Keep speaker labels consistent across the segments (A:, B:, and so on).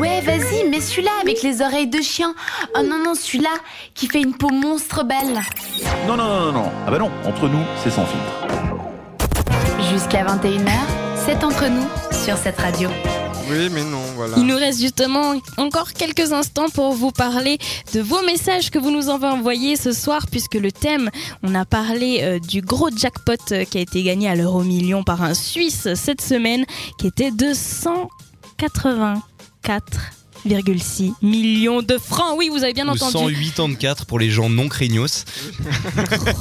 A: Ouais, vas-y, mais celui-là avec les oreilles de chien. Oh non, non, celui-là qui fait une peau monstre belle.
B: Non, non, non, non, non. Ah bah non, entre nous, c'est sans filtre.
A: Jusqu'à 21h, c'est entre nous sur cette radio.
C: Oui, mais non, voilà.
D: Il nous reste justement encore quelques instants pour vous parler de vos messages que vous nous avez envoyés ce soir, puisque le thème, on a parlé euh, du gros jackpot euh, qui a été gagné à l'euro million par un Suisse cette semaine, qui était de 184,6 millions de francs. Oui, vous avez bien
E: Ou
D: entendu.
E: 184 pour les gens non craignos.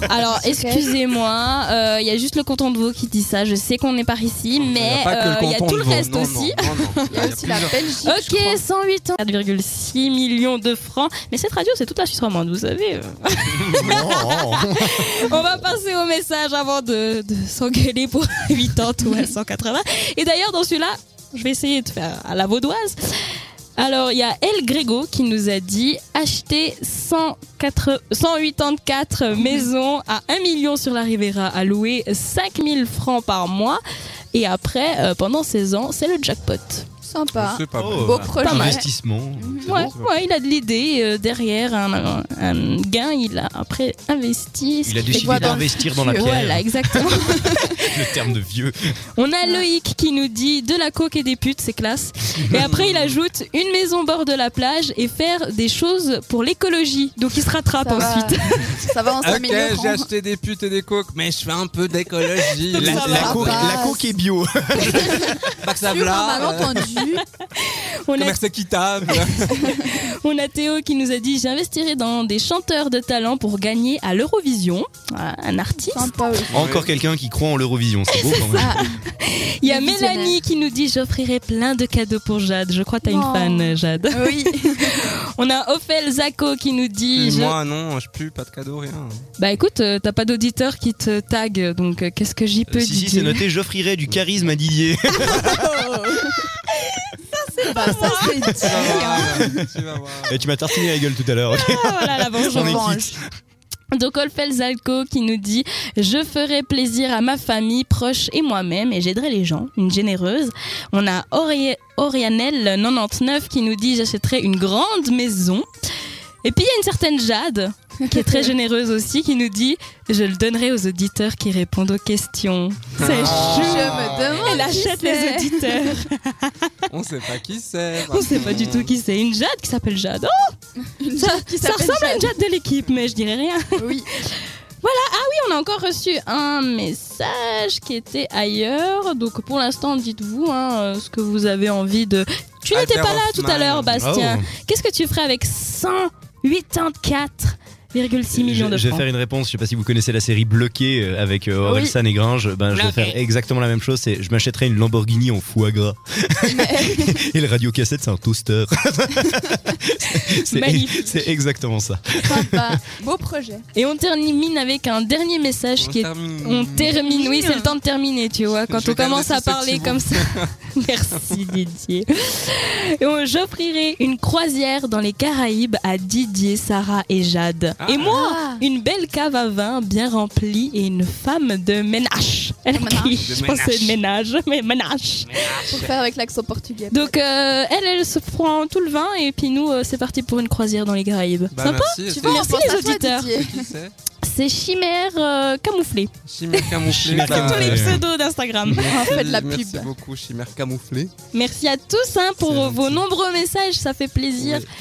D: Alors,
F: C'est vrai.
D: excusez-moi, euh, il y a juste le canton de Vaud qui dit ça. Je sais qu'on n'est par ici,
C: Il y a
D: mais
C: pas que
D: euh, il y a
C: canton
D: tout le
C: de Vaud.
D: reste
C: Non, non,
D: aussi.
C: non, non.
F: Il y a aussi la
C: plusieurs-
F: Belgique.
D: Ok, 108 ans, 4,6 millions de francs. Mais cette radio, c'est toute la Suisse romande, vous savez. euh. On va passer au message avant de, de s'engueuler pour 80 ou à 180. Et d'ailleurs, dans celui-là, je vais essayer de faire à la vaudoise. Alors, il y a El Grégo qui nous a dit acheter 104 184 maisons à 1 million sur la Riviera à louer 5000 francs par mois. Et après, euh, pendant 16 ans, c'est le jackpot.
F: Sympa.
C: C'est pas
E: Oh.
C: mal.
D: Pas
F: Beau
D: mal.
F: projet.
E: Investissement.
D: Ouais,
C: bon, c'est
D: ouais, il a de l'idée euh, derrière un, un- un gain, il a après investi. ce
E: Il a
D: qui fait
E: décidé
D: que-
E: d'investir dans la pierre.
D: Voilà, exactement.
E: Le terme de vieux.
D: On a Loïc qui nous dit de la coke et des putes, c'est classe. Et après, il ajoute une maison au bord de la plage et faire des choses pour l'écologie. Donc il se rattrape
F: Ça va.
D: ensuite.
F: Ça va en hein.
C: Ok, j'ai
F: s'améliorant.
C: acheté des putes et des coques, mais je fais un peu d'écologie.
F: La- Ça la va. coke- la coke
E: est bio.
C: Pas que ça
F: Sur un
C: v'là, euh,
F: malentendu.
D: On a,
C: commerce équitable.
D: on a Théo qui nous a dit j'investirai dans des chanteurs de talent pour gagner à l'Eurovision. Voilà, un artiste.
F: Sympa aussi.
E: Encore quelqu'un qui croit en l'Eurovision, c'est beau quand même.
F: Ah,
D: Il y a
F: Le visionnaire.
D: Mélanie qui nous dit j'offrirai plein de cadeaux pour Jade. Je crois que t'as une
F: Oh.
D: fan, Jade.
F: oui.
D: On a Ophel Zako qui nous dit.
C: Puis
D: je-
C: Moi, non, je pue, pas de cadeau, rien.
D: Bah écoute, euh, t'as pas d'auditeur qui te tag, donc euh, qu'est-ce que j'y peux
E: si, si,
D: Didier
E: c'est noté, j'offrirai du charisme à Didier.
F: Bah, ça, c'est
D: Ah,
C: Tu vas
F: dit.
C: voir,
F: hein.
C: tu vas voir.
E: Et Eh, tu m'as tartiné la gueule tout à l'heure. ok
D: Ah, voilà la
F: Je
E: On est
D: vengeance.
F: venge.
D: Donc Ophel Zako qui nous dit Je ferai plaisir à ma famille, proche et moi-même et j'aiderai les gens, une généreuse. On a Ori- Orianel99 qui nous dit J'achèterai une grande maison. Et puis il y a une certaine Jade qui est très généreuse aussi qui nous dit Je le donnerai aux auditeurs qui répondent aux questions. C'est
C: Ah.
F: Je
D: chou.
F: me demande.
D: Elle
F: qui
D: achète
F: c'est.
D: les auditeurs.
C: On sait pas qui c'est.
D: On sait pas du tout qui c'est. Une Jade qui s'appelle Jade. Oh,
F: Une
D: ça,
F: qui
D: ça
F: s'appelle
D: ressemble à une
F: Jade.
D: Jade de l'équipe, mais je dirais rien.
F: Oui.
D: Oui, on a encore reçu un message qui était ailleurs. Donc pour l'instant, dites-vous hein, euh, ce que vous avez envie de. Tu n'étais
C: Albert
D: pas là tout à
C: Hoffman.
D: l'heure, Bastien.
E: Oh.
D: Qu'est-ce que tu ferais avec 184,6 millions de
E: Je- je vais
D: francs
E: faire une réponse. Je sais pas si vous connaissez la série Bloqué euh, avec euh, Aurel
F: Oui.
E: San et Gringe. Ben, je vais
D: Bloqué.
E: faire exactement la même chose. C'est je m'achèterai une Lamborghini en foie gras. et le radio cassette, c'est un toaster. C'est-
D: Magnifique.
E: C'est exactement ça.
F: Sympa. Beau projet.
D: Et on termine avec un dernier message qui est.
C: termine.
D: On termine, oui, c'est le temps de terminer, tu vois. Quand
C: Je
D: on
C: vais
D: commence
C: garder
D: à
C: tous ceux
D: parler
C: qui
D: comme
C: vont.
D: ça. Merci Didier. Et on- J'offrirai une croisière dans les Caraïbes à Didier, Sarah et Jade.
C: Ah.
D: Et moi,
F: Ah.
D: une belle cave à vin bien remplie et une femme de ménage. Elle
F: De ménage.
D: crie,
C: De
D: je pensais de ménage, mais ménage.
F: Pour faire avec l'accent portugais.
D: Donc euh, elle, elle se prend tout le vin et puis nous, euh, c'est parti pour une croisière dans les Caraïbes.
C: Bah,
D: Sympa.
C: merci,
F: tu
C: c'est-
F: vois, on
D: merci
F: pense
D: les
F: à toi,
D: auditeurs.
F: Didier.
C: Qui c'est
D: C'est chimère euh, camouflée.
C: Chimère camouflée.
E: Chimère
C: bah,
D: Tous les
E: ouais.
D: pseudos d'Instagram.
F: On fait de la
C: merci
F: pub.
C: beaucoup, chimère camouflée.
D: Merci à tous hein, pour
C: C'est
D: vos
C: gentil.
D: nombreux messages, ça fait plaisir.
C: Oui.